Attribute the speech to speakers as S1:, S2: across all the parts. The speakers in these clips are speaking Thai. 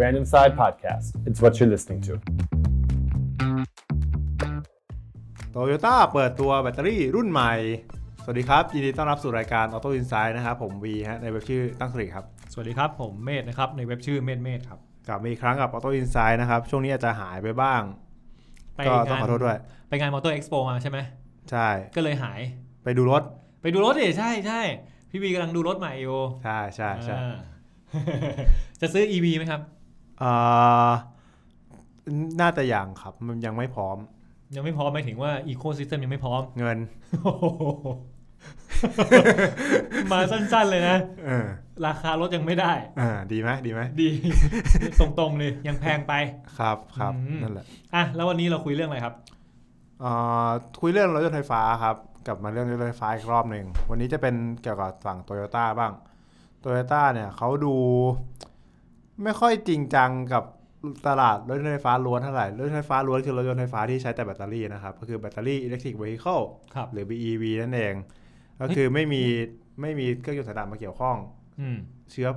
S1: Random Side Podcast. It's what you're listening to.
S2: โตโยต้าเปิดตัวแบตเตอรี่รุ่นใหม่ สวัสดีครับ ยินดีต้อนรับสู่รายการ Auto Insight นะครับ ผมวีฮะในเว็บชื่อตั้งสริครับ
S3: สวัสดีครับ ผมเมธนะครับ ในเว็บชื่อเมธเมธครับ
S2: กลับมาอีกครั้งกับ Auto Insight นะครับ ช่วงนี้อาจจะหายไปบ้าง ก็ต้องขอโทษด้วย
S3: ไปงานมอเตอร์เอ็กซ์โปมาใช่ไหม
S2: ใช่
S3: ก็เลยหาย
S2: ไปดูรถ
S3: ไปดูรถดิใช่ใช่พี่บีกำลังดูรถใหม่อยู่
S2: ใช่ใช่ใช่
S3: อ่า จะซื้อ EV ไหมครับ
S2: เอ่อน่าจะยังครับ มันยังไม่พร้อม
S3: ยังไม่พร้อมหมายถึงว่าอีโคซิสเต็มยังไม่พร้อม
S2: เงิน
S3: โอ้โหมาสั้นๆเลยนะ
S2: เออ
S3: ราคารถยังไม่ได้
S2: อ่าดีไหมดีไหม
S3: ดี ตรงๆเลยยังแพงไป
S2: ครับครับ
S3: อืม
S2: นั่นแหละ
S3: อ่ะแล้ววันนี้เราคุยเรื่องอะไรครับ
S2: เอ่อคุยเรื่องรถยนต์ไฟฟ้าครับกลับมาเรื่องรถยนต์ไฟฟ้าอีกรอบหนึ่งวันนี้จะเป็นเกี่ยวกับฝั่งโตโยต้าบ้าง โตโยต้าเนี่ยเขาดู ไม่ค่อยจริงจังกับตลาดรถยนต์ไฟฟ้าล้วนเท่าไหร่ รถยนต์ไฟฟ้าล้วนคือรถยนต์ไฟฟ้าที่ใช้แต่แบตเตอรี่นะครับ ก็คือแบตเตอรี่ electric vehicle
S3: ครับ
S2: หรือ BEV นั่นเอง ก็คือไม่มีไม่มีเครื่องยนต์สันดาปมาเกี่ยวข้อง
S3: อืม
S2: เชื้อ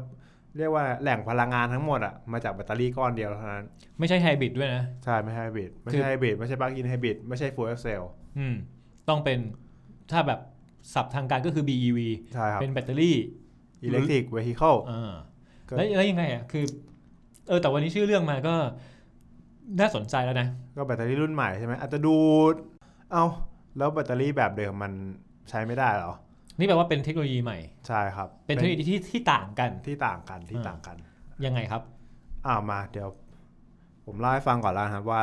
S2: เรียกว่าแหล่งพลังงานทั้งหมดอะมาจากแบตเตอรี่ก้อนเดียวเท่านั้น
S3: ไม่ใช่ไฮบริดด้วยนะ
S2: ใช่ ไม่ใช่ไฮบริดไม่
S3: คื
S2: ใช่
S3: อ
S2: ไฮบริดไม่ใช่ปลั๊กอินไฮบริดไม่ใช่ฟูลเอฟเซล
S3: อืม ต้องเป็นถ้าแบบศัพท์ทางการก็คือ BEV
S2: ใช่ครับ
S3: เป็นแบตเตอรี่
S2: อิเล็กทริกเว i ิเคิล
S3: อ่า
S2: ก็
S3: แล้วแล้วยังไงอ่ะ คือ เออ แต่วันนี้ชื่อเรื่องมาก็ น่าสนใจแล้วนะ
S2: ก็แบตเตอรี่รุ่นใหม่ใช่ไหมอาจจะดูเอาแล้วแบตเตอรี่แบบเดิมมันใช้ไม่ได้เหรอ
S3: นี่แปลว่าเป็นเทคโนโลยีใหม่
S2: ใช่ครับ
S3: เป็นเทคโนโลยีที่ที่ต่างกัน
S2: ที่ต่างกันที่ต่างกัน
S3: ยังไงครับ
S2: อ่ามาเดี๋ยวผมเล่าให้ฟังก่อนแล้วนะครับว่า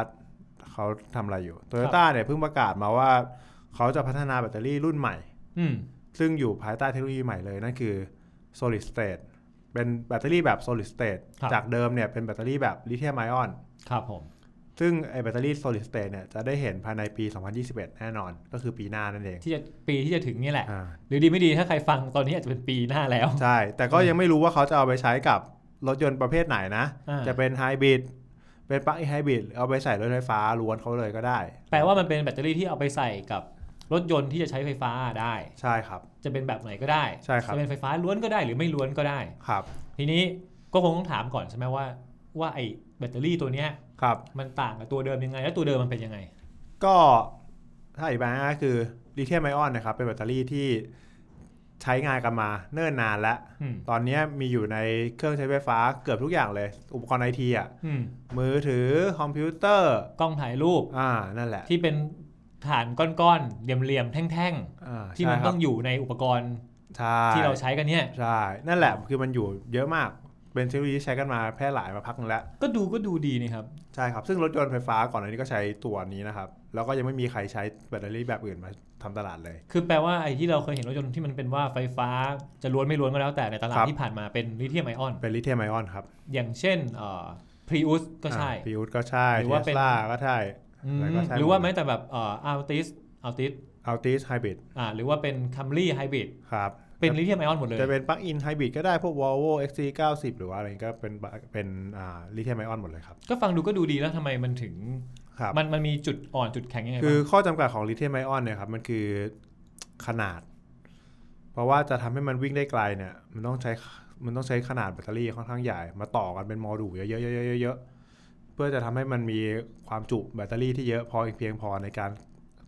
S2: เขาทำอะไรอยู่โตโยต้าเนี่ยเพิ่งประกาศมาว่า เขาจะพัฒนาแบตเตอรี่รุ่นใหม่
S3: อืม
S2: ซึ่งอยู่ภายใต้เทคโนโลยีใหม่เลยนั่นคือ solid state เป็นแบตเตอรี่แบบ solid state
S3: ครับ
S2: จากเดิมเนี่ยเป็นแบตเตอรี่แบบลิเธียมไอออน
S3: ครับผม
S2: ซึ่งไอแบตเตอรี่ solid state เนี่ยจะได้เห็นภายในปี 2021 แน่นอน ก็คือปีหน้านั่นเอง
S3: ที่จะปีที่จะถึงเนี่ยแหละ
S2: อ่า
S3: หรือดีไม่ดีถ้าใครฟังตอนนี้อาจจะเป็นปีหน้าแล้ว
S2: ใช่ แต่ก็ยังไม่รู้ว่าเขาจะเอาไปใช้กับรถยนต์ประเภทไหนนะ
S3: อ่า
S2: จะเป็นไฮบริดเป็นปลั๊กไฮบริดเอาไปใส่รถไฟฟ้าล้วนเขาเลยก็ได้
S3: แปลว่ามันเป็นแบตเตอรี่ที่เอาไปใส่กับรถยนต์ที่จะใช้ไฟฟ้าได้
S2: ใช่ครับ
S3: จะเป็นแบบไหนก็ได้
S2: ใช่ครับ
S3: จะเป็นไฟฟ้าล้วนก็ได้หรือไม่ล้วนก็ได้
S2: ครับ
S3: ทีนี้ก็คงต้องถามก่อนใช่ไหมว่าว่าไอ้แบตเตอรี่ตัวเนี้ย
S2: ครับ
S3: มันต่างกับตัวเดิมยังไง แล้วตัวเดิมมันเป็นยังไง
S2: ก็ถ้าอีกแบบก็คือลิเธียมไอออนนะครับ เป็นแบตเตอรี่ที่ใช้งานกันมาเนิ่นนานแล้ว
S3: อืม
S2: ตอนนี้มีอยู่ในเครื่องใช้ไฟฟ้าเกือบทุกอย่างเลย อุปกรณ์ไอทีอ่ะ
S3: อืม
S2: มือถือคอมพิวเตอร์
S3: กล้องถ่ายรูป
S2: อ่า นั่นแหละ
S3: ที่เป็นฐานก้อนๆเหลี่ยมๆแท่ง
S2: อ่า
S3: ๆ ที่มัน
S2: ใช่ค
S3: ต้
S2: รั
S3: อบ งอยู่ในอุปกรณ์
S2: ใช่
S3: ที่เราใช้กันเนี่ย
S2: ใช่ นั่นแหละ คือมันอยู่เยอะมาก เป็นเทคโนโลยีที่ใช้กันมาแพร่หลายมาพักหนึงแล้ว
S3: ก็ดูก็ดูดีนี่ครับ
S2: ใช่ครับ ซึ่งรถยนต์ไฟฟ้าก่อนอันนี้ก็ใช้ตัวนี้นะครับ แล้วก็ยังไม่มีใครใช้แบตเตอรี่แบบอื่นมาทำตลาดเลย
S3: คือแปลว่าไอ้ที่เราเคยเห็นรถยนต์ที่มันเป็นว่าไฟฟ้าจะล้วนไม่ล้วนก็แล้วแต่ในตลาด
S2: ครับ
S3: ที่ผ่านมาเป็นลิเธียมไอออน
S2: เป็นลิเธียมไอออนครับ
S3: อย่างเช่นเอ่อพรีอุสก็ใช่
S2: พิวก็ใช่
S3: หรื
S2: เท
S3: อว่าเป็
S2: ส
S3: น
S2: ลาก็ใช่
S3: อืม
S2: แล้วก็ใช้
S3: หรือว่าแม้แต่แบบเอ่ออัลติสอัลติส
S2: อัลติสไฮบริด
S3: อ่าหรือว่าเป็นคัมรี่ไฮบริด
S2: ครับ
S3: เป็นลิเธียมไอออนหมดเลย
S2: จะเป็นปลั๊กอินไฮบริดก็ได้พวก Volvo XC90 หรือว่าอะไรก็เป็นปลั๊กเป็นอ่าลิเธียมไอออนหมดเลยครับ
S3: ก็ฟังดูก็ดูดีแล้วทำไมมันถึง
S2: ครับ
S3: มันมันมีจุดอ่อนจุดแข็งยังไง
S2: คือ
S3: บ้าง
S2: ข้อจำกัดของลิเธียมไอออนเนี่ยครับ มันคือขนาด เพราะว่าจะทำให้มันวิ่งได้ไกลเนี่ย มันต้องใช้มันต้องใช้ขนาดแบตเตอรี่ค่อนข้างใหญ่ มาต่อกันเป็นโมดูลเยอะๆๆๆๆ เพื่อจะทำให้มันมีความจุแบตเตอรี่ที่เยอะพอเพียงพอในการ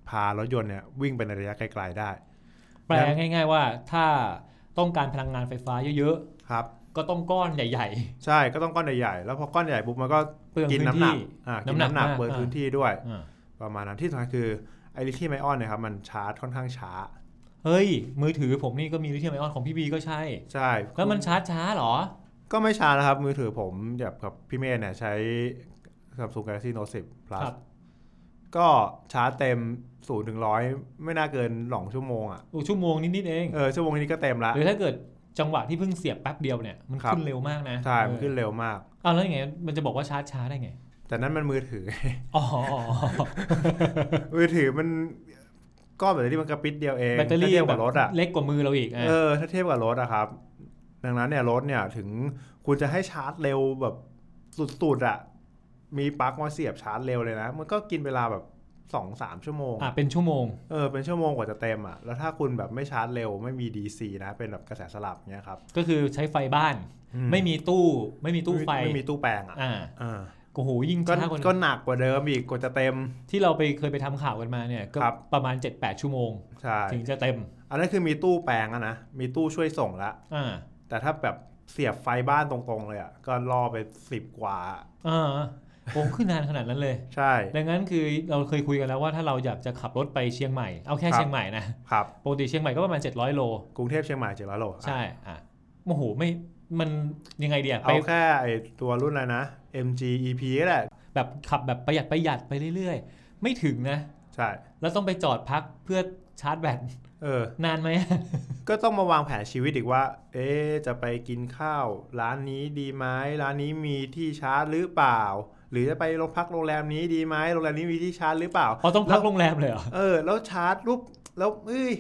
S2: พารถยนต์เนี่ยวิ่งไปในระยะไกลๆได้
S3: แปลง่าย ๆ ว่าถ้าต้องการพลังงานไฟฟ้าเยอะ
S2: ครับ
S3: ๆ ก็ต้องก้อนใหญ่
S2: ใช่ก็ต้องก้อนใหญ่ๆแล้วพอก้อนใหญ่ปุ๊บมันก็
S3: ๆ เปลือง
S2: กิน
S3: พื้น
S2: น้ำหนั
S3: ที่
S2: กอ่ากิน
S3: น้ำหนัก
S2: น้ำหนัก
S3: มาก
S2: เบิร์น
S3: อ่า
S2: พื้นที่ด้วย
S3: อ่า
S2: ประมาณนั้นที่สำคัญคือไอลิเธียมไอออนเนี่ยครับมันชาร์จค่อนข้างช้า
S3: เฮ้ย มือถือผมนี่ก็มีลิเธียมไอออนของพี่บีก็ใช่
S2: ใช่
S3: แล้วมันชาร์จช้าเหรอ
S2: ก็ไม่ช้านะครับ มือถือผมแบบกับพี่เมย์เนี่ยใช้ Samsung Galaxy Note 10 plus
S3: ครับ
S2: ก็ชาร์จเต็ม0ถึง100 ไม่น่าเกินหลองชั่วโมงอ่ะ
S3: โอ้ชั่วโมงนิดๆเอง
S2: เออชั่วโมงนี้ก็เต็มละ
S3: หรือถ้าเกิดจังหวะที่เพิ่งเสียบแป๊บเดียวเนี่ย มัน
S2: ครับ
S3: ขึ้นเร็วมากนะ
S2: ใช่มันขึ้น
S3: เออ
S2: เร็วมาก
S3: อ้าวแล้วยังไง มันจะบอกว่าชาร์จช้าได้ไง
S2: แต่นั้นมันมือ ถือ
S3: อ๋อ
S2: มือถือมันก้อนแบตเตอรี่มันกระปิดเดียวเอง
S3: แบตเตอ
S2: ถ้า
S3: รี่
S2: เทียบ
S3: แบ
S2: กั
S3: บบ
S2: รถอ่ะ
S3: เล็กกว่ามือเราอีกอ่ะ
S2: เออถ้าเทียบกับรถอะครับ ดังนั้นเนี่ยรถเนี่ยถึงคุณจะให้ชาร์จเร็วแบบสุดๆอะมีปลั๊กมาเสียบชาร์จเร็วเลยนะ มันก็กินเวลาแบบ สองสามชั่วโมง
S3: อ่ะเป็นชั่วโมง
S2: เออเป็นชั่วโมงกว่าจะเต็มอ่ะ แล้วถ้าคุณแบบไม่ชาร์จเร็วไม่มี DC นะ เป็นแบบกระแสสลับเนี้ยครับ
S3: ก็คือใช้ไฟบ้าน
S2: อื
S3: ไม่มีตู้ไม่มีตู้ไฟ
S2: ม่มีตู้แปลงอ่ะ
S3: อ่า
S2: อ่า
S3: โอ้โหยิ่ง
S2: ก็
S3: ช้ากว่า
S2: ก็
S3: นั้น
S2: หนักกว่าเดิมอีกกว่าจะเต็ม
S3: ที่เราไปเคยไปทำข่าวกันมาเนี่ยก็
S2: ครับ
S3: ประมาณ 7-8 ชั่วโมง
S2: ใช่
S3: ถึงจะเต็ม
S2: อันนั้นคือมีตู้แปลงอะนะ มีตู้ช่วยส่งละ
S3: อ่า
S2: แต่ถ้าแบบเสียบไฟบ้านตรงๆเลยอ่ะ ก็รอไปสิบกว่า
S3: อ่าโอ้ขึ้นนานขนาดนั้นเลย
S2: ใช่
S3: ดังนั้นคือเราเคยคุยกันแล้วว่าถ้าเราอยากจะขับรถไปเชียงใหม่ เอาแค่เชียงใหม่นะครับ ปกติเชียงใหม่ก็ประมาณ 700 โล
S2: กรุงเทพเชียงใหม่เจ็ดร้อยโลอ่ะ
S3: ใช่อ่ะโอ้โหไม่มันยังไงเดียไป
S2: เอาแค่ไอตัวรุ่นอะไรนะ MG EP ก็ได้
S3: แบบขับแบบประหยัดประหยัดไปเรื่อยๆ ไม่ถึงนะ
S2: ใช่
S3: แล้วต้องไปจอดพักเพื่อชาร์จแบต
S2: เออ
S3: นานไหม
S2: ก็ต้องมาวางแผนชีวิตอีกว่า เอ๊ะจะไปกินข้าว ร้านนี้ดีไหมร้านนี้มีที่ชาร์จหรือเปล่า หรือจะไปโรงพักโรงแรมนี้ดีไหมโรงแรมนี้มีที่ชาร์จหรือเปล่า
S3: พอต้องพักโรงแรมเลยเหรอ
S2: เออ แล้วชาร์จรูปแล้วเอ้ย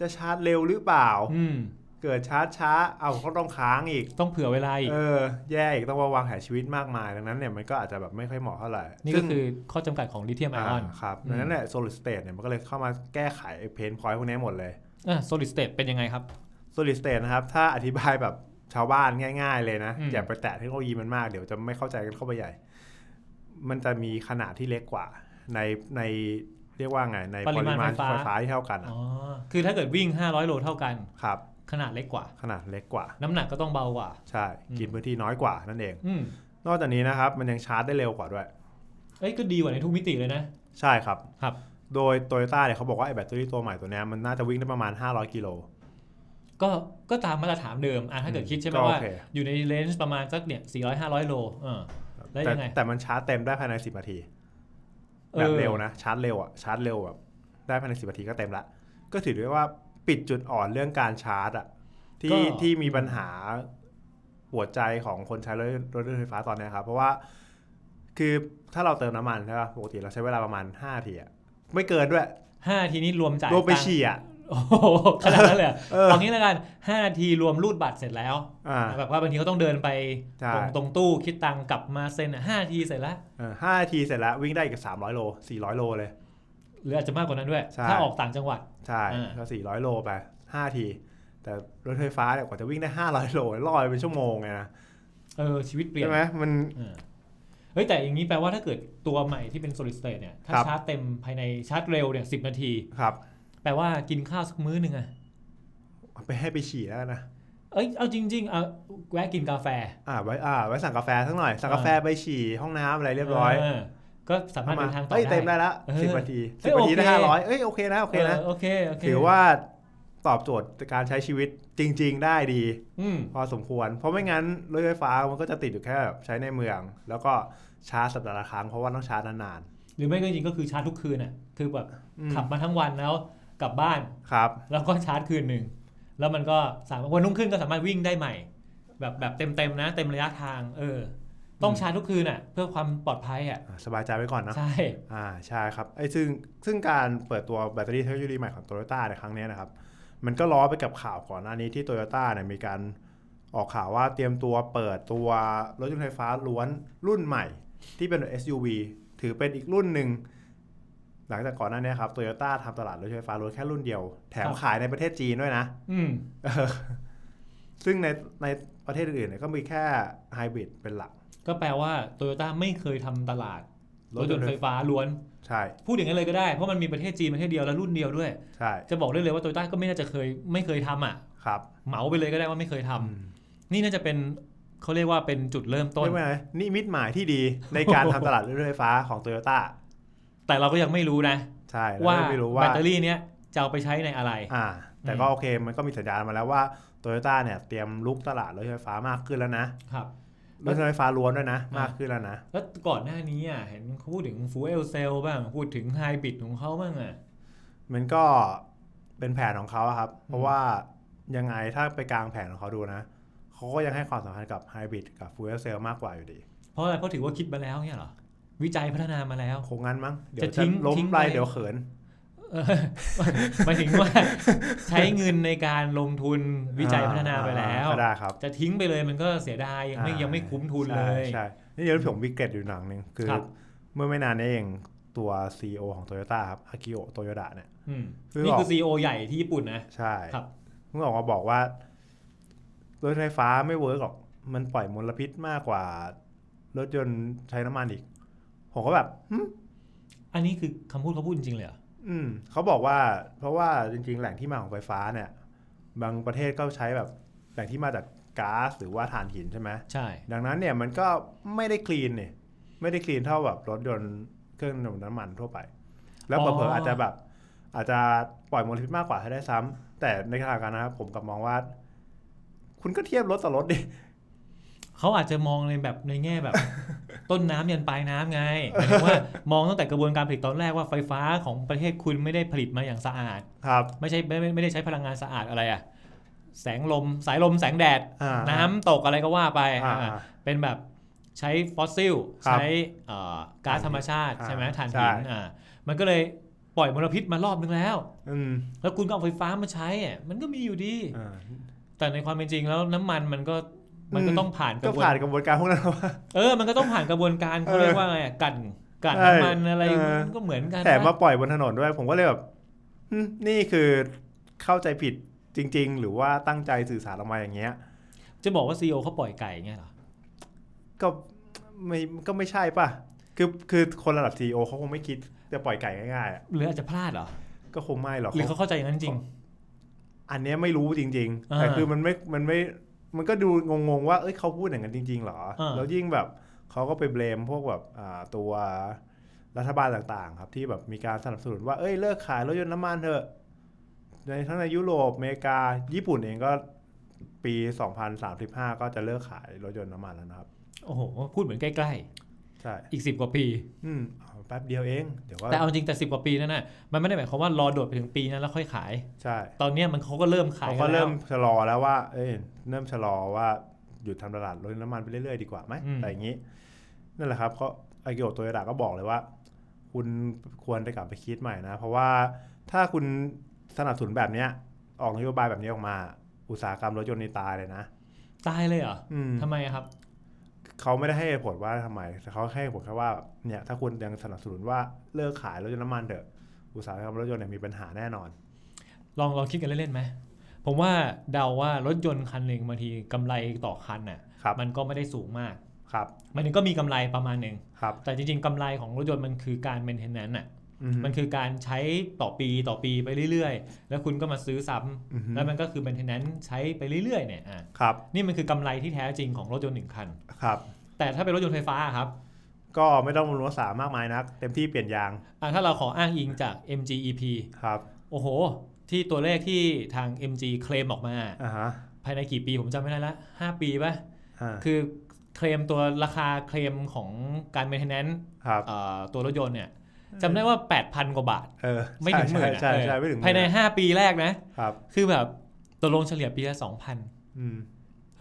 S2: จะชาร์จเร็วหรือเปล่า
S3: อืม
S2: เกิดชาร์จช้าเอาก็ต้องค้างอีก
S3: ต้องเผื่อเวลาอีก
S2: เออ แย่อีกต้องมาวางแผนชีวิตมากมายดังนั้นเนี่ยมันก็อาจจะแบบไม่ค่อยเหมาะเท่าไหร่
S3: นี่ก็คือข้อจำกัดของลิเธียมไอออน
S2: อ่าครับดังนั้นแหละ solid state เนี่ยมันก็เลยเข้ามาแก้ไขเพนพอยต์พวกนี้หมดเลย
S3: อ่ะ solid state เป็นยังไงครับ
S2: solid state นะครับ ถ้าอธิบายแบบชาวบ้านง่าย ๆ เลยนะ
S3: อืม
S2: อย่าไปแตะเทคโนโลยีมันมาก เดี๋ยวจะไม่เข้าใจกันเข้าไปใหญ่ มันจะมีขนาดที่เล็กกว่า ในในเรียกว่าไง ใน
S3: ปริมาณไฟฟ้า
S2: ไฟฟ้าที่เท่ากันอะ
S3: อ๋อ คือถ้าเกิดวิ่ง 500 โลเท่ากัน
S2: ครับ
S3: ขนาดเล็กกว่า
S2: ขนาดเล็กกว่า
S3: น้ำหนักก็ต้องเบากว่า
S2: ใช่
S3: อืม
S2: กินพื้นที่น้อยกว่านั่นเอง
S3: อืม
S2: นอกจากนี้นะครับ มันยังชาร์จได้เร็วกว่าด้วย
S3: เอ้ยก็ดีกว่าในทุกมิติเลยนะ
S2: ใช่ครับ
S3: ครับ
S2: โดยโตโยต้าเนี่ยเขาบอกว่าไอ้แบตเตอรี่ตัวใหม่ตัวเนี้ยมันน่าจะวิ่งได้ประมาณ 500 กิโล
S3: ก็ก็ตามมาตรฐานเดิมอ่ะถ้าเกิดคิดใช่ไหม
S2: ก็โอ
S3: ว่า
S2: เค
S3: อยู่ในเลนส์ประมาณสักเนี่ย400 500 โลเออ แล้ว
S2: แต่
S3: ยังไง
S2: แต่มันชาร์จเต็มได้ภายใน 10 นาที แบบเร็วนะ ชาร์จเร็วอ่ะชาร์จเร็วแบบได้ภายในสิบนาทีก็เต็มละ ก็ถือได้ว่าปิดจุดอ่อนเรื่องการชาร์จอ่ะ
S3: ก็
S2: ที่ที่มีปัญหาหัวใจของคนใช้รถรถยนต์ไฟฟ้าตอนเนี้ยครับ เพราะว่าคือถ้าเราเติมน้ำมันใช่ป่ะปกติเราใช้เวลาประมาณ5นาทีอะไม่เกินด้วย
S3: ห้าทีนี้รวมจ่าย
S2: รวมไป
S3: ตังค์
S2: ฉี่อ่ะ
S3: โอ้โหขนาดนั้นเลยเหรอ
S2: เออ
S3: เอางี้แล้วกัน 5 นาทีรวมรูดบัตรเสร็จแล้ว
S2: อ่า
S3: แบบว่าบางทีเขาต้องเดินไป
S2: ใช่
S3: ตรงตรงตู้คิดตังค์กลับมาเซ็นอ่ะห้านาทีเสร็จแล้ว
S2: เออห้านาทีเสร็จแล้ววิ่งได้อีกสามร้อยโลสี่ร้อยโลเลย
S3: หรืออาจจะมากกว่านั้นด้วย
S2: ใช่
S3: ถ้าออกต่างจังหวัด
S2: ใช่
S3: อ่า
S2: ก็สี่ร้อยโลไปห้าที แต่รถไฟฟ้าเนี่ยกว่าจะวิ่งได้ห้าร้อยโลลอยเป็นชั่วโมงไงนะ
S3: เออชีวิตเปลี่ยน
S2: ใช่ไหมมัน
S3: เออเฮ้ยแต่อย่างนี้แปลว่าถ้าเกิดตัวใหม่ที่เป็น solid state เนี่ยถ้า
S2: ครับ
S3: ชาร์จเต็มภายในชาร์จเร็วเนี่ยสินาที
S2: ครับ
S3: แปลว่ากินข้าวสักมื้อหนึ่งอะ
S2: เอาไปให้ไปฉี่แล้วกันนะ
S3: เอ้ยเอาจริงๆเอาแวะกินกาแฟ
S2: อ่าไว้อ่าไว้สั่งกาแฟสักหน่อย สั่งกาแฟไปฉี่ห้องน้ำอะไรเรียบร้อย
S3: าก็สามารถเดินทางต่อ
S2: เอ้ยเต็มได้
S3: ได้
S2: ละ
S3: เออ
S2: สิบนาทีสิ
S3: เอ้ย
S2: บนาทีได้
S3: โอเค
S2: ห้าร้อยเอ้ยโอเคนะโอเคนะ
S3: ออโอเคโอเค
S2: ถือว่าตอบโจทย์การใช้ชีวิตจริง ๆ ได้ดี
S3: อืม
S2: พอสมควร เพราะไม่งั้นรถไฟฟ้ามันก็จะติดอยู่แค่แบบใช้ในเมือง แล้วก็ชาร์จสัปดาห์ละครั้งเพราะว่าต้องชาร์จนาน
S3: หรือไม่ก็จริงๆก็คือชาร์จทุกคืนอ่ะคือแบบ
S2: ๆอืม
S3: ขับมาทั้งวันแล้วกลับบ้าน
S2: ครับ
S3: แล้วก็ชาร์จคืนหนึ่ง แล้วมันก็สามารถวันรุ่งขึ้นก็สามารถวิ่งได้ใหม่ แบบแบบเต็มเต็มๆนะ เต็มระยะทาง เออ ต้องชาร์จทุกคืนอ่ะ เพื่อความปลอดภัยอ่ะ
S2: อ่าสบายใจไว้ก่อนนะ
S3: ใช่
S2: อ่าใช่ครับไอ้ซึ่งซึ่งการเปิดตัวแบตเตอรี่เทคโนโลยีใหม่ของ Toyota ในครั้งเนี้ยนะครับ มันก็ล้อไปกับข่าวก่อนหน้านี้ที่ Toyota เนี่ยมีการออกข่าวว่าเตรียมตัวเปิดตัวรถยนต์ไฟฟ้าล้วนรุ่นใหม่ ที่เป็น SUV ถือเป็นอีกรุ่นหนึ่ง หลังจากก่อนหน้านี้ครับ Toyota ทำตลาดรถยนต์ไฟฟ้าล้วนแค่รุ่นเดียว แถมขายในประเทศจีนด้วยนะ
S3: อืม
S2: เออซึ่งในในประเทศอื่นๆเนี่ยก็มีแค่ไฮบริดเป็นหลัก
S3: ก็แปลว่าโตโยต้าไม่เคยทำตลาดรถยนต์ไฟฟ้าล้วน
S2: ใช่
S3: พูดอย่างนั้นเลยก็ได้ เพราะมันมีประเทศจีนประเทศเดียวและรุ่นเดียวด้วย
S2: ใช่
S3: จะบอกได้เลยว่าโตโยต้าก็ไม่น่าจะเคยไม่เคยทำอ่ะ
S2: ครับ
S3: เหมาไปเลยก็ได้ว่าไม่เคยทำ
S2: อืม
S3: นี่น่าจะเป็นเขาเรียกว่าเป็นจุดเริ่มต้น
S2: เรียกว่าไงนิมิตหมายที่ดีในการทำตลาดรถไฟฟ้าของโตโยต้า
S3: แต่เราก็ยังไม่รู้นะ
S2: ใช่แล้ว
S3: ว่า
S2: ก็ไม่รู้
S3: แบ
S2: ว่า
S3: ตเตอรี่เนี้ยจะเอาไปใช้ในอะไร
S2: อ่า แต่ก็โอเคมันก็มีสัญญาณมาแล้วว่าโตโยต้าเนี่ยเตรียมลุกตลาดรถไฟฟ้ามากขึ้นแล้วนะครับ รถไฟฟ้าล้วนด้วยนะ
S3: อ่าม
S2: มากขึ้นแล้วนะ
S3: แล้วก่อนหน้านี้อ่ะเห็นเขาพูดถึงฟูเอลเซลบ้าง พูดถึงไฮบริดของเขาบ้างอ่ะ
S2: มันก็เป็นแผนของเขาอะครับ เพราะว่ายังไงถ้าไปกลางแผนของเขาดูนะเขาก็ยังให้ความสำคัญกับไฮบริดกับฟูเอลเซลมากกว่าอยู่ดี
S3: เพราะอะไรเพราะถือว่าคิดมาแล้วเนี่ยเหรอ วิจัยพัฒนามาแล้ว
S2: คงงั้นมั้งเดี๋ยว
S3: จะทิ้
S2: จะ
S3: ง
S2: ล้ม
S3: ทิ้ง
S2: ไป
S3: ไป
S2: เดี๋ยวเขิน
S3: เอ อหมายถึงว่า ใช้เงินในการลงทุนวิจัยพัฒนาไปแล้ว
S2: อ่าก็ได้ครับ
S3: จะทิ้งไปเลยมันก็เสียดายยังไม่
S2: อ่ายั
S3: ยังไม่คุ้มทุนเลย
S2: ใช่ใช่นี่เดี๋ยวผมมีเกร็ดอยู่หนังหนึ่งคือ
S3: ครับ
S2: เมื่อไม่นานนี้เอง ตัว CEO ของ Toyota ครับอากิโอโตโยดะเนี่ย
S3: อืม
S2: ซื้อ
S3: นี่
S2: อ
S3: คือ
S2: อก
S3: ซีโอใหญ่ที่ญี่ปุ่นนะ
S2: ใช่
S3: ครับ
S2: เพิ่งออกมาบอกว่ารถไฟฟ้าไม่เวิร์กหรอก มันปล่อยมลพิษมากกว่า รถยนต์ใช้น้ำมันอีก ผมก็แบบ
S3: อันนี้คือคำพูดเขาพูดจริงๆเลยเหรอ
S2: อืมเขาบอกว่าเพราะว่าจริง ๆ แหล่งที่มาของไฟฟ้าเนี่ย บางประเทศก็ใช้แบบแหล่งที่มาจากก๊าซหรือว่าถ่านหินใช่ไหม
S3: ใช่
S2: ดังนั้นเนี่ยมันก็ไม่ได้คลีนเนี่ยไม่ได้คลีนเท่าแบบรถยนต์เครื่องดูดน้ำมันทั่วไป แล้ว
S3: อ๋อ
S2: เผลอๆอาจจะแบบ อาจจะปล่อยมลพิษมากกว่าให้ได้ซ้ำแต่ในทางการนะครับผมกลับมองว่า คุณก็เทียบรถต่อรถดิ
S3: เขาอาจจะมองในแบบในแง่แบบ ต้นน้ำยันปลายน้ำไงหมายถึงว่ามองตั้งแต่กระบวนการผลิตตอนแรกว่าไฟฟ้าของประเทศคุณไม่ได้ผลิตมาอย่างสะอาด
S2: ครับ
S3: ไม่ใช่ไมไม่ไม่ได้ใช้พลังงานสะอาดอะไรอะแสงลมสายลมแสงแดด
S2: อ่า
S3: น้ำตกอะไรก็ว่าไป
S2: อ่า
S3: อ่าเป็นแบบใช้ฟอสซิล
S2: ครับ
S3: ใช้เอ่อก๊าซธรรมชาติ
S2: อ่า
S3: ใช่ไหมถ่าน
S2: ใช่
S3: หินอ่ามันก็เลยปล่อยมลพิษมารอบนึงแล้ว
S2: อืม
S3: แล้วคุณก็เอาไฟฟ้ามาใช้อะมันก็มีอยู่ดี
S2: อ่า
S3: แต่ในความเป็นจริงแล้วน้ำมันมันก็มันก็
S2: อืม
S3: ต้องผ่านก
S2: ก็
S3: ระบวน
S2: ผ่านกระบวนการพวกนั้นมา
S3: เออมันก็ต้องผ่านกระบวนการเขา
S2: เออ
S3: เรียกว่าไงอะกลันกลัน
S2: ใช่
S3: น้ำมันอะไร
S2: เออ
S3: มันก็เหมือนกัน
S2: แถมมา
S3: นะ
S2: ปล่อยบนถนนด้วยผมก็เลยแบบหึนี่คือเข้าใจผิดจริง ๆ หรือว่าตั้งใจสื่อสารออกมาอย่างเงี้ย
S3: จะบอกว่าซีอเขาปล่อยไก่เงี้ยเหรอ
S2: ก็ไม่ก็ไม่ใช่ป่ะ คือคือคนระดับซีโอเขาคงไม่คิดจะปล่อยไก่ง่ายๆอะ
S3: หรืออาจจะพลาดเหรอ
S2: ก็คงไม่หรอก
S3: หรือเขาเข้าใจอย่างนั้นจริง
S2: อันเนี้ยไม่รู้จริง ๆ แต่
S3: อ่า
S2: คือมันไม่มันไม่มันก็ดูงงๆว่าเอ้ยเขาพูดอย่างนั้นจริง ๆ หรอ
S3: อ่า
S2: แล้วยิ่งแบบเขาก็ไปเบลมพวกแบบอ่าตัวรัฐบาลต่างๆ ครับที่แบบมีการสนับสนุนว่าเอ้ยเลิกขายรถยนต์น้ำมันเถอะ ในทั้งในยุโรปอเมริกา ญี่ปุ่นเองก็ปี 2035 ก็จะเลิกขายรถยนต์น้ำมันแล้วนะครับ
S3: โอ้โหพูดเหมือนใกล้
S2: ใช่
S3: ๆ อีก 10 กว่าปี
S2: อืมเอาแป๊บเดียวเองเดี๋ยวก็
S3: แต่เอาจริงแต่ 10 กว่าปีนั่นน่ะมันไม่ได้หมายความว่ารอโดดไปถึงปีนั้นแล้วค่อยขาย
S2: ใช่
S3: ตอนเนี้ยมันเขาก็เริ่มขาย
S2: เขา
S3: น
S2: ก็
S3: แล้ว
S2: เริ่มชะลอแล้วว่า เอ้ยเริ่มชะลอว่าหยุดทำตลาดรถยนต์น้ำมันไปเรื่อยๆดีกว่าไหม
S3: อืม
S2: อะไรอย่างนี้ นั่นแหละครับเขาไอเกียวโตโยดะก็บอกเลยว่า คุณควรจะกลับไปคิดใหม่นะ เพราะว่าถ้าคุณสนับสนุนแบบเนี้ยออกนโยบายแบบนี้ออกมา อุตสาหกรรมรถยนต์นี่ตายเลยนะ
S3: ตายเลยเหรอ
S2: อืม
S3: ทำไมอะครับ
S2: เขาไม่ได้ให้เหตุผลว่าทำไมแต่เขาให้เหตุผลแค่ว่าแบบเนี่ยถ้าคุณยังสนับสนุนว่าเลิกขายรถยนต์น้ำมันเถอะอุตสาหกรรมรถยนต์เนี่ยมีปัญหาแน่นอน
S3: ลองลองคิดกันเล่นๆไหมผมว่าเดาว่ารถยนต์คันหนึ่งบางทีกำไรต่อคันน่ะ
S2: ครับ
S3: มันก็ไม่ได้สูงมาก
S2: ครับ
S3: มันก็มีกำไรประมาณหนึ่ง
S2: ครับ
S3: แต่จริงๆกำไรของรถยนต์มันคือการเมนเทนแนนซ์น่ะ
S2: อือฮึ
S3: มันคือการใช้ต่อปีต่อปีไปเรื่อยๆ แล้วคุณก็มาซื้อซ้ำ
S2: อือฮึ
S3: แล้วมันก็คือเมนเทนแนนซ์ใช้ไปเรื่อยๆเนี่ยอ่ะ
S2: ครับ
S3: นี่มันคือกำไรที่แท้จริงของรถยนต์หนึ่งคัน
S2: ครับ
S3: แต่ถ้าเป็นรถยนต์ไฟฟ้าครับ
S2: ก็ไม่ต้องบำรุงรักษามากมายนัก เต็มที่เปลี่ยนยาง
S3: อ่ะถ้าเราขออ้างอิงจาก MGEP
S2: ครับ
S3: โอ้โห ที่ตัวเลขที่ทาง MG เคลมออกมา
S2: อ่าฮะ
S3: ภายในกี่ปีผมจำไม่ได้ละ5 ปีป่ะ
S2: อ่า
S3: คือเคลมตัวราคาเคลมของการ maintenance
S2: ครับ
S3: เอ่อตัวรถยนต์เนี่ยจำได้ว่า 8,000 กว่าบาท
S2: เออ
S3: ไม่ถึงหมื่นอะ
S2: ใช่ใช่
S3: เอ
S2: ใช่
S3: อ
S2: ไม่ถึงหมื่
S3: ภายใน 5 ปีแรกนะ
S2: ครับ
S3: คือแบบตกลงเฉลี่ยปีละ 2,000
S2: อืม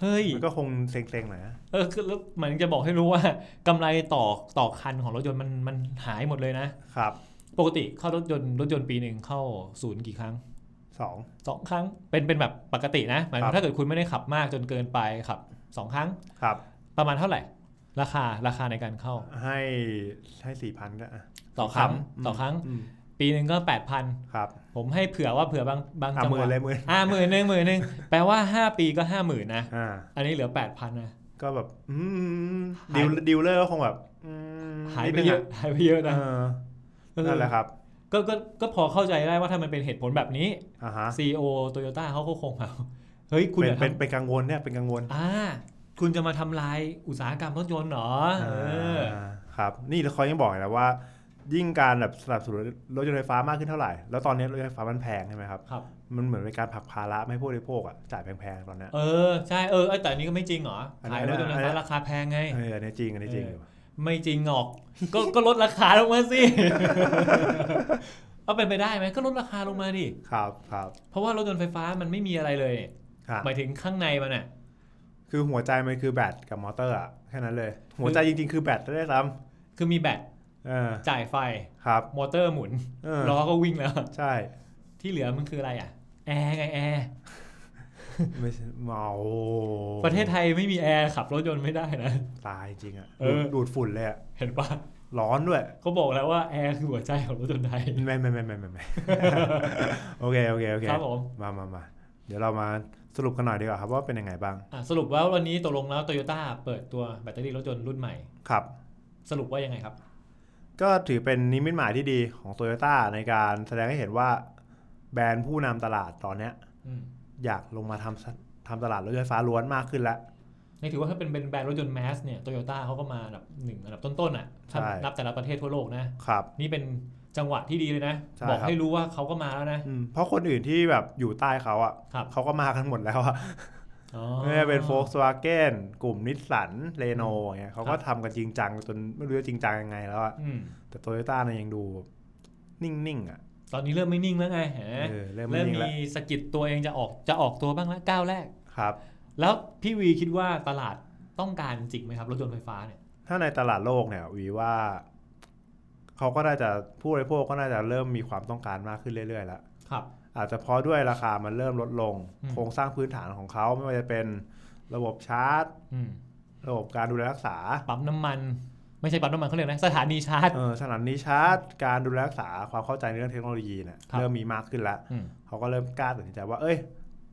S3: เฮ้ย
S2: มันก็คงเซ็งๆหน่อยนะ
S3: เออคือแล้วมันจะบอกให้รู้ว่ากำไรต่อต่อคันของรถยนต์มันมันหายหมดเลยนะ
S2: ครับ
S3: ปกติเข้ารถยนต์รถยนต์ปีหนึ่งเข้าศูนย์กี่ครั้ง
S2: สอง
S3: สองครั้งเป็นเป็นแบบปกตินะหมายถึ
S2: ครับ
S3: งถ้าเกิดคุณไม่ได้ขับมากจนเกินไปขับสองครั้ง
S2: ครับ
S3: ประมาณเท่าไหร่ ราคาราคาในการเข้า
S2: ให้ให้สี่พันก็อ่ะ
S3: ต่อครั้ง
S2: ม
S3: ต่อครั้ง
S2: อืม
S3: ปีหนึ่งก็แปดพัน
S2: ครับ
S3: ผมให้เผื่อว่าเผื่อบางบาง
S2: อ่ะ
S3: จั
S2: ห
S3: งห
S2: มื่
S3: วะ
S2: นเลยหมื่น
S3: อ่าหมื่นหนึ่งหมื่นหนึ่งแปลว่าห้าปีก็ห้าหมื่นนะ
S2: อ่า
S3: อันนี้เหลือแปดพันนะ
S2: ก็แบบอืม
S3: หา
S2: ดิ
S3: ย
S2: วดิวเลอร์ก็คงแบบอืม
S3: หาย
S2: นิด
S3: ไป
S2: นึง
S3: เยอะหายไปเยอะ
S2: เอ
S3: นะ
S2: อ
S3: เออ
S2: นั่นแหละครับ
S3: ก็ก็ก็พอเข้าใจได้ว่าถ้ามันเป็นเหตุผลแบบนี้
S2: อ่าฮะ
S3: CEO Toyota เขาก็คงแบบเฮ้ยคุณ
S2: เป็น
S3: อย่า
S2: เป็น
S3: ทำ
S2: เป็นกังวลเนี่ยเป็นกังวล
S3: อ่าคุณจะมาทำลายอุตสาหกรรมรถยนต์เหรอเออ
S2: ครับ นี่แล้วเขายังบอกอีกนะว่า ยิ่งการแบบสนับสนุนรถยนต์ไฟฟ้ามากขึ้นเท่าไหร่ แล้วตอนนี้รถยนต์ไฟฟ้ามันแพงใช่ไหมครับ
S3: ครับ
S2: มันเหมือนเป็นการผลักภาระไม่ผู้บริโภคอะจ่ายแพงๆตอนเนี้ย
S3: เออใช่เออเอ้ยแต่อันนี้ก็ไม่จริงเหรอ
S2: อันนี้
S3: ขายรถยนต์ไฟ
S2: อันนี้
S3: ฟ้าราคาแพงไง
S2: เอออันนี้จริงอันนี้จริง
S3: เอออ
S2: ยู่
S3: ไม่จริงหรอก ก็ก็ลดราคาลงมาสิ เอาเป็นไปได้ไหมก็ลดราคาลงมาดิ
S2: ครับครับ
S3: เพราะว่ารถยนต์ไฟฟ้ามันไม่มีอะไรเลยเนี่ย
S2: ค่ะ
S3: หมายถึงข้างในมันอ่ะ
S2: คือหัวใจมันคือแบตกับมอเตอร์อะแค่นั้นเลย หัวใจจริงๆคือแบตได้ซ้
S3: คือมีแบต
S2: ำเออ
S3: จ่ายไฟ
S2: ครับ
S3: มอเตอร์หมุน
S2: เออ
S3: ล้อก็วิ่งแล้ว
S2: ใช่
S3: ที่เหลือมันคืออะไรอ่ะแอร์ไงแอร์
S2: ไม่ใช่เมา
S3: ประเทศไทยไม่มีแอร์ขับรถยนต์ไม่ได้นะ
S2: ตายจริงอะ
S3: เออ
S2: ดูดฝุ่นเลยอะ
S3: เห็นปะ
S2: ร้อนด้วย
S3: เขาบอกแล้วว่าแอร์คือหัวใจของรถยนต์ไทย
S2: ไม่ไม่ไม่ไม่ไม่ไม่ โอเคโอเคโอเค
S3: ครับผม
S2: มามามาเดี๋ยวเรามาสรุปกันหน่อยดีกว่าครับว่าเป็นยังไงบ้าง
S3: อ่ะสรุปว่าวันนี้ตกลงแล้วโตโยต้าเปิดตัวแบตเตอรี่รถยนต์รุ่นใหม่
S2: ครับ
S3: สรุปว่ายังไงครับ
S2: ก็ถือเป็นนิมิตหมายที่ดีของโตโยต้าในการแสดงให้เห็นว่าแบรนด์ผู้นำตลาดตอนเนี้ย
S3: อืม
S2: อยากลงมาทำทำตลาดรถยนต์ไฟฟ้าล้วนมากขึ้นแล้ว
S3: ในถือว่าถ้าเป็นแบรนด์รถยนต์แมสเนี่ยโตโยต้าเขาก็มาอันดับหนึ่งอันดับต้นๆอ่ะถ้า
S2: ใช่
S3: นับแต่ละประเทศทั่วโลกนะ
S2: ครับ
S3: นี่เป็นจังหวะที่ดีเลยนะ
S2: ใช่
S3: บอก
S2: ครับ
S3: ให้รู้ว่าเขาก็มาแล้วนะ
S2: อืมเพราะคนอื่นที่แบบอยู่ใต้เขาอ่ะ
S3: ครับ
S2: เขาก็มากันหมดแล้วอะ
S3: อ๋อ
S2: ไม่ว่าจะเป็นโฟล์ s วาเกนกลุ่มนิสสันเรโนอย่างเงี้ยเขาก็
S3: ครับ
S2: ทำกันจริงจังจนไม่รู้จะจริงจังยังไงแล้วอะ
S3: อืม
S2: แต่โตโยต้าเนี่ยยังดูนิ่งๆอ่ะ
S3: ตอนนี้เริ่มไม่นิ่งแล้วไงเห็นไหม
S2: เออเริ่ม
S3: เริ่ม
S2: นิ่งๆแล้ว
S3: มีสะกิดตัวเองจะออกจะออกตัวบ้างแล้วก้าวแรก
S2: ครับ
S3: แล้วพี่วีคิดว่าตลาดต้องการจริงไหมครับ รถยนต์ไฟฟ้าเนี่ย
S2: ถ้าในตลาดโลกเนี่ยวีว่าเขาก็น่าจะผู้บริโภคก็น่าจะเริ่มมีความต้องการมากขึ้นเรื่อยๆแล้ว
S3: ครับ
S2: อาจจะเพราะด้วยราคามันเริ่มลดลง
S3: อืม
S2: โครงสร้างพื้นฐานของเขาไม่ว่าจะเป็นระบบชาร์จ
S3: อืม
S2: ระบบการดูแลรักษา
S3: ปั๊มน้ำมัน ไม่ใช่ปั๊มน้ำมันเขาเรียกนะสถานีชาร์จ
S2: เออสถานีชาร์จ การดูแลรักษาความเข้าใจในเรื่องเทคโนโลยีเนี่ย
S3: ครับ
S2: เริ่มมีมากขึ้นแล้ว
S3: อืม
S2: เขาก็เริ่มกล้าตัดสินใจว่าเอ้ย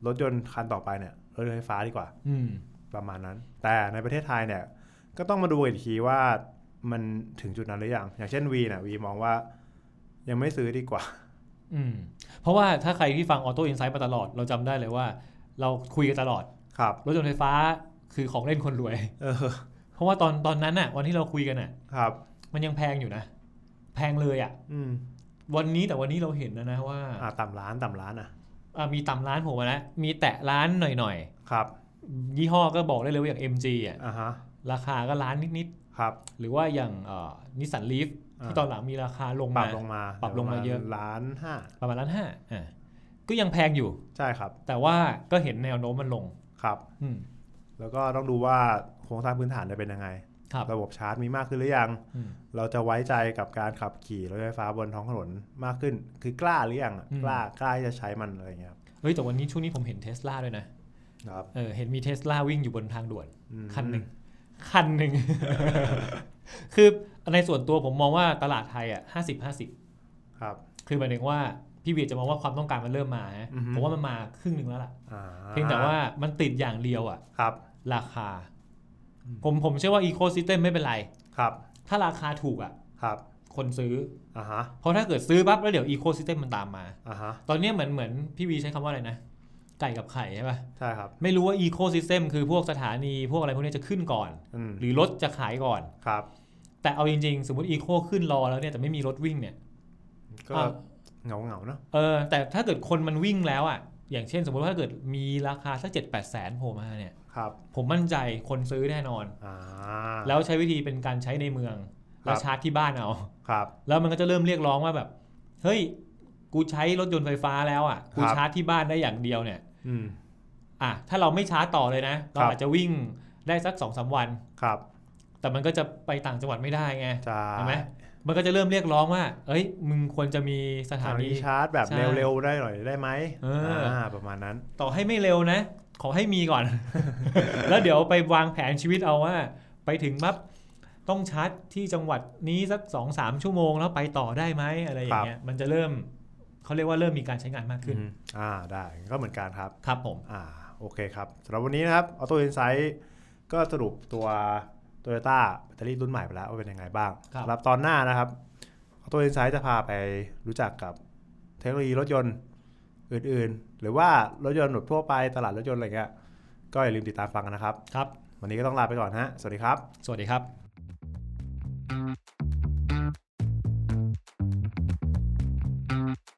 S2: รถยนต์คันต่อไปเนี่ยรถยนต์ไฟฟ้าดีกว่า
S3: อืม
S2: ประมาณนั้น แต่ในประเทศไทยเนี่ย ก็ต้องมาดูอีกทีว่ามันถึงจุดนั้นหรือยัง อย่างเช่นวีเนี่ยวีมองว่ายังไม่ซื้อดีกว่า
S3: อืมเพราะว่าถ้าใครที่ฟังออโต้อินไซต์มาตลอดเราจำได้เลยว่า เราคุยกันตลอด
S2: ครับ
S3: รถยนต์ไฟฟ้าคือของเล่นคนรวย
S2: เออ
S3: เพราะว่าตอนตอนนั้นน่ะวันที่เราคุยกันน่ะ
S2: ครับ
S3: มันยังแพงอยู่นะ แพงเลยอ่ะ
S2: อืม
S3: วันนี้แต่วันนี้เราเห็นนะนะว่า
S2: อ่าต่ำร้านต่ำร้านอ่ะ
S3: อ่ะมีต่ำร้านผมมาแล้วมีแตะร้านหน่อย
S2: ครับ
S3: ๆ ยี่ห้อก็บอกได้เลยว่าอย่าง MG อ่ะ
S2: อ่าฮะ
S3: ราคาก็ร้านนิด
S2: ครับ
S3: ๆ หรือว่าอย่างนิสสันลีฟ
S2: อ่า
S3: ที่ตอนหลังมีราคาลง
S2: ปรั
S3: มา
S2: บลงมา
S3: ปรับลงมาเยอะ
S2: ล้านห้า
S3: ประมาณล้านห้าอ่ะก็ยังแพงอยู่
S2: ใช่ครับ
S3: แต่ว่าก็เห็นแนวโน้มมันลง
S2: ครับ
S3: อืม
S2: แล้วก็ต้องดูว่าโครงสร้างพื้นฐานจะเป็นยังไง
S3: ครับ
S2: ระบบชาร์จมีมากขึ้นหรือยัง
S3: อืม
S2: เราจะไว้ใจกับการขับขี่รถไฟฟ้าบนท้องถนนมากขึ้น คือกล้าหรือยังอะ
S3: อืม
S2: กล้ากล้าที่จะใช้มันอะไรอย่างเงี้ยครับ
S3: เฮ้ยแต่วันนี้ช่วงนี้ผมเห็นเทสลาด้วยนะครับ เออเห็นมีเทสลาวิ่งอยู่บนทางด่วน
S2: อืม
S3: คันหนึ่งคันหนึ่ง คือในส่วนตัวผมมองว่าตลาดไทยอ่ะห้าสิบห้าสิบ
S2: ครับ
S3: คือหมายถึงว่าพี่เวียจะมองว่าความต้องการมันเริ่มมาฮะ
S2: อือฮึ
S3: ผมว่ามันมาครึ่งหนึ่งแล้วล่ะ
S2: อ่า
S3: เพียงแต่ว่ามันติดอย่างเดียวอ่ะ
S2: ครับ
S3: ราคา
S2: อืม
S3: ผมผมเชื่อว่าอีโคซิสเต็มไม่เป็นไร
S2: ครับ
S3: ถ้าราคาถูกอ่ะ
S2: ครับ
S3: คนซื้อ
S2: อ่าฮะ
S3: เพราะถ้าเกิดซื้อปั๊บแล้วเดี๋ยวอีโคซิสเต็มมันตามมา
S2: อ่าฮะ
S3: ตอนเนี้ยเหมือนเหมือนพี่วีใช้คำว่าอะไรนะ ไก่กับไข่ใช่ปะ
S2: ใช่ครับ
S3: ไม่รู้ว่าอีโคซิสเต็มคือพวกสถานีพวกอะไรพวกเนี้ยจะขึ้นก่อน
S2: อืม
S3: หรือรถจะขายก่อน
S2: ครับ
S3: แต่เอาจริงๆ สมมติอีโคขึ้นรอแล้วเนี่ยแต่ไม่มีรถวิ่งเนี่ย
S2: ก็
S3: อ่ะ
S2: เหงาเหงาๆเนาะ
S3: เออแต่ถ้าเกิดคนมันวิ่งแล้วอ่ะอย่างเช่น สมมติว่าถ้าเกิดมีราคาสักเจ็ดแปดแสนโผล่มาเนี่ย
S2: ครับ
S3: ผมมั่นใจคนซื้อแน่นอน
S2: อ่า
S3: แล้วใช้วิธีเป็นการใช้ในเมือง
S2: ครับ
S3: แล้วชาร์จที่บ้านเอา
S2: ครับ
S3: แล้วมันก็จะเริ่มเรียกร้องว่าแบบเฮ้ยกูใช้รถยนต์ไฟฟ้าแล้วอ่ะกูชาร์จที่บ้านได้อย่างเดียวเนี่ย
S2: อืม
S3: อ่ะถ้าเราไม่ชาร์จต่อเลยนะเรา
S2: ครับ
S3: อาจจะวิ่งได้สักสองสามวัน
S2: ครับ
S3: แต่มันก็จะไปต่างจังหวัดไม่ได้ไง
S2: ใช่
S3: เห็นไหม มันก็จะเริ่มเรียกร้องว่า เอ้ย มึงควรจะมีส
S2: ส
S3: ถา
S2: ถานี
S3: นี
S2: ชาร์จแบบ
S3: ใช่
S2: เร็วๆได้หน่อยได้ไหม
S3: เอออ่
S2: ประมาณนั้น
S3: ต่อให้ไม่เร็วนะ ขอให้มีก่อน แล้วเดี๋ยวไปวางแผนชีวิตเอาว่า ไปถึงปั๊บต้องชาร์จที่จังหวัดนี้สักสองสามชั่วโมงแล้วไปต่อได้ไหมอะไรอย่างเงี้ย มันจะเริ่มเขาเรียกว่าเริ่มมีการใช้งานมากขึ้น
S2: อืมอ่าได้ก็เหมือนกันครับ
S3: ครับผม
S2: อ่าโอเคครับสำหรับวันนี้นะครับ Auto Insight ก็สรุปตัว Toyota แบตเตอรี่รุ่นใหม่ไปแล้วว่าเป็นยังไงบ้าง
S3: ครับ
S2: สำหรับตอนหน้านะครับ Auto Insight จะพาไปรู้จักกับเทคโนโลยีรถยนต์อื่นๆ หรือว่ารถยนต์หนุดทั่วไปตลาดรถยนต์อะไรเงี้ยก็อย่าลืมติดตามฟังกันนะครับ
S3: ครับ
S2: วันนี้ก็ต้องลาไปก่อนฮะ สวัสดีครับ
S3: สวัสดีครับ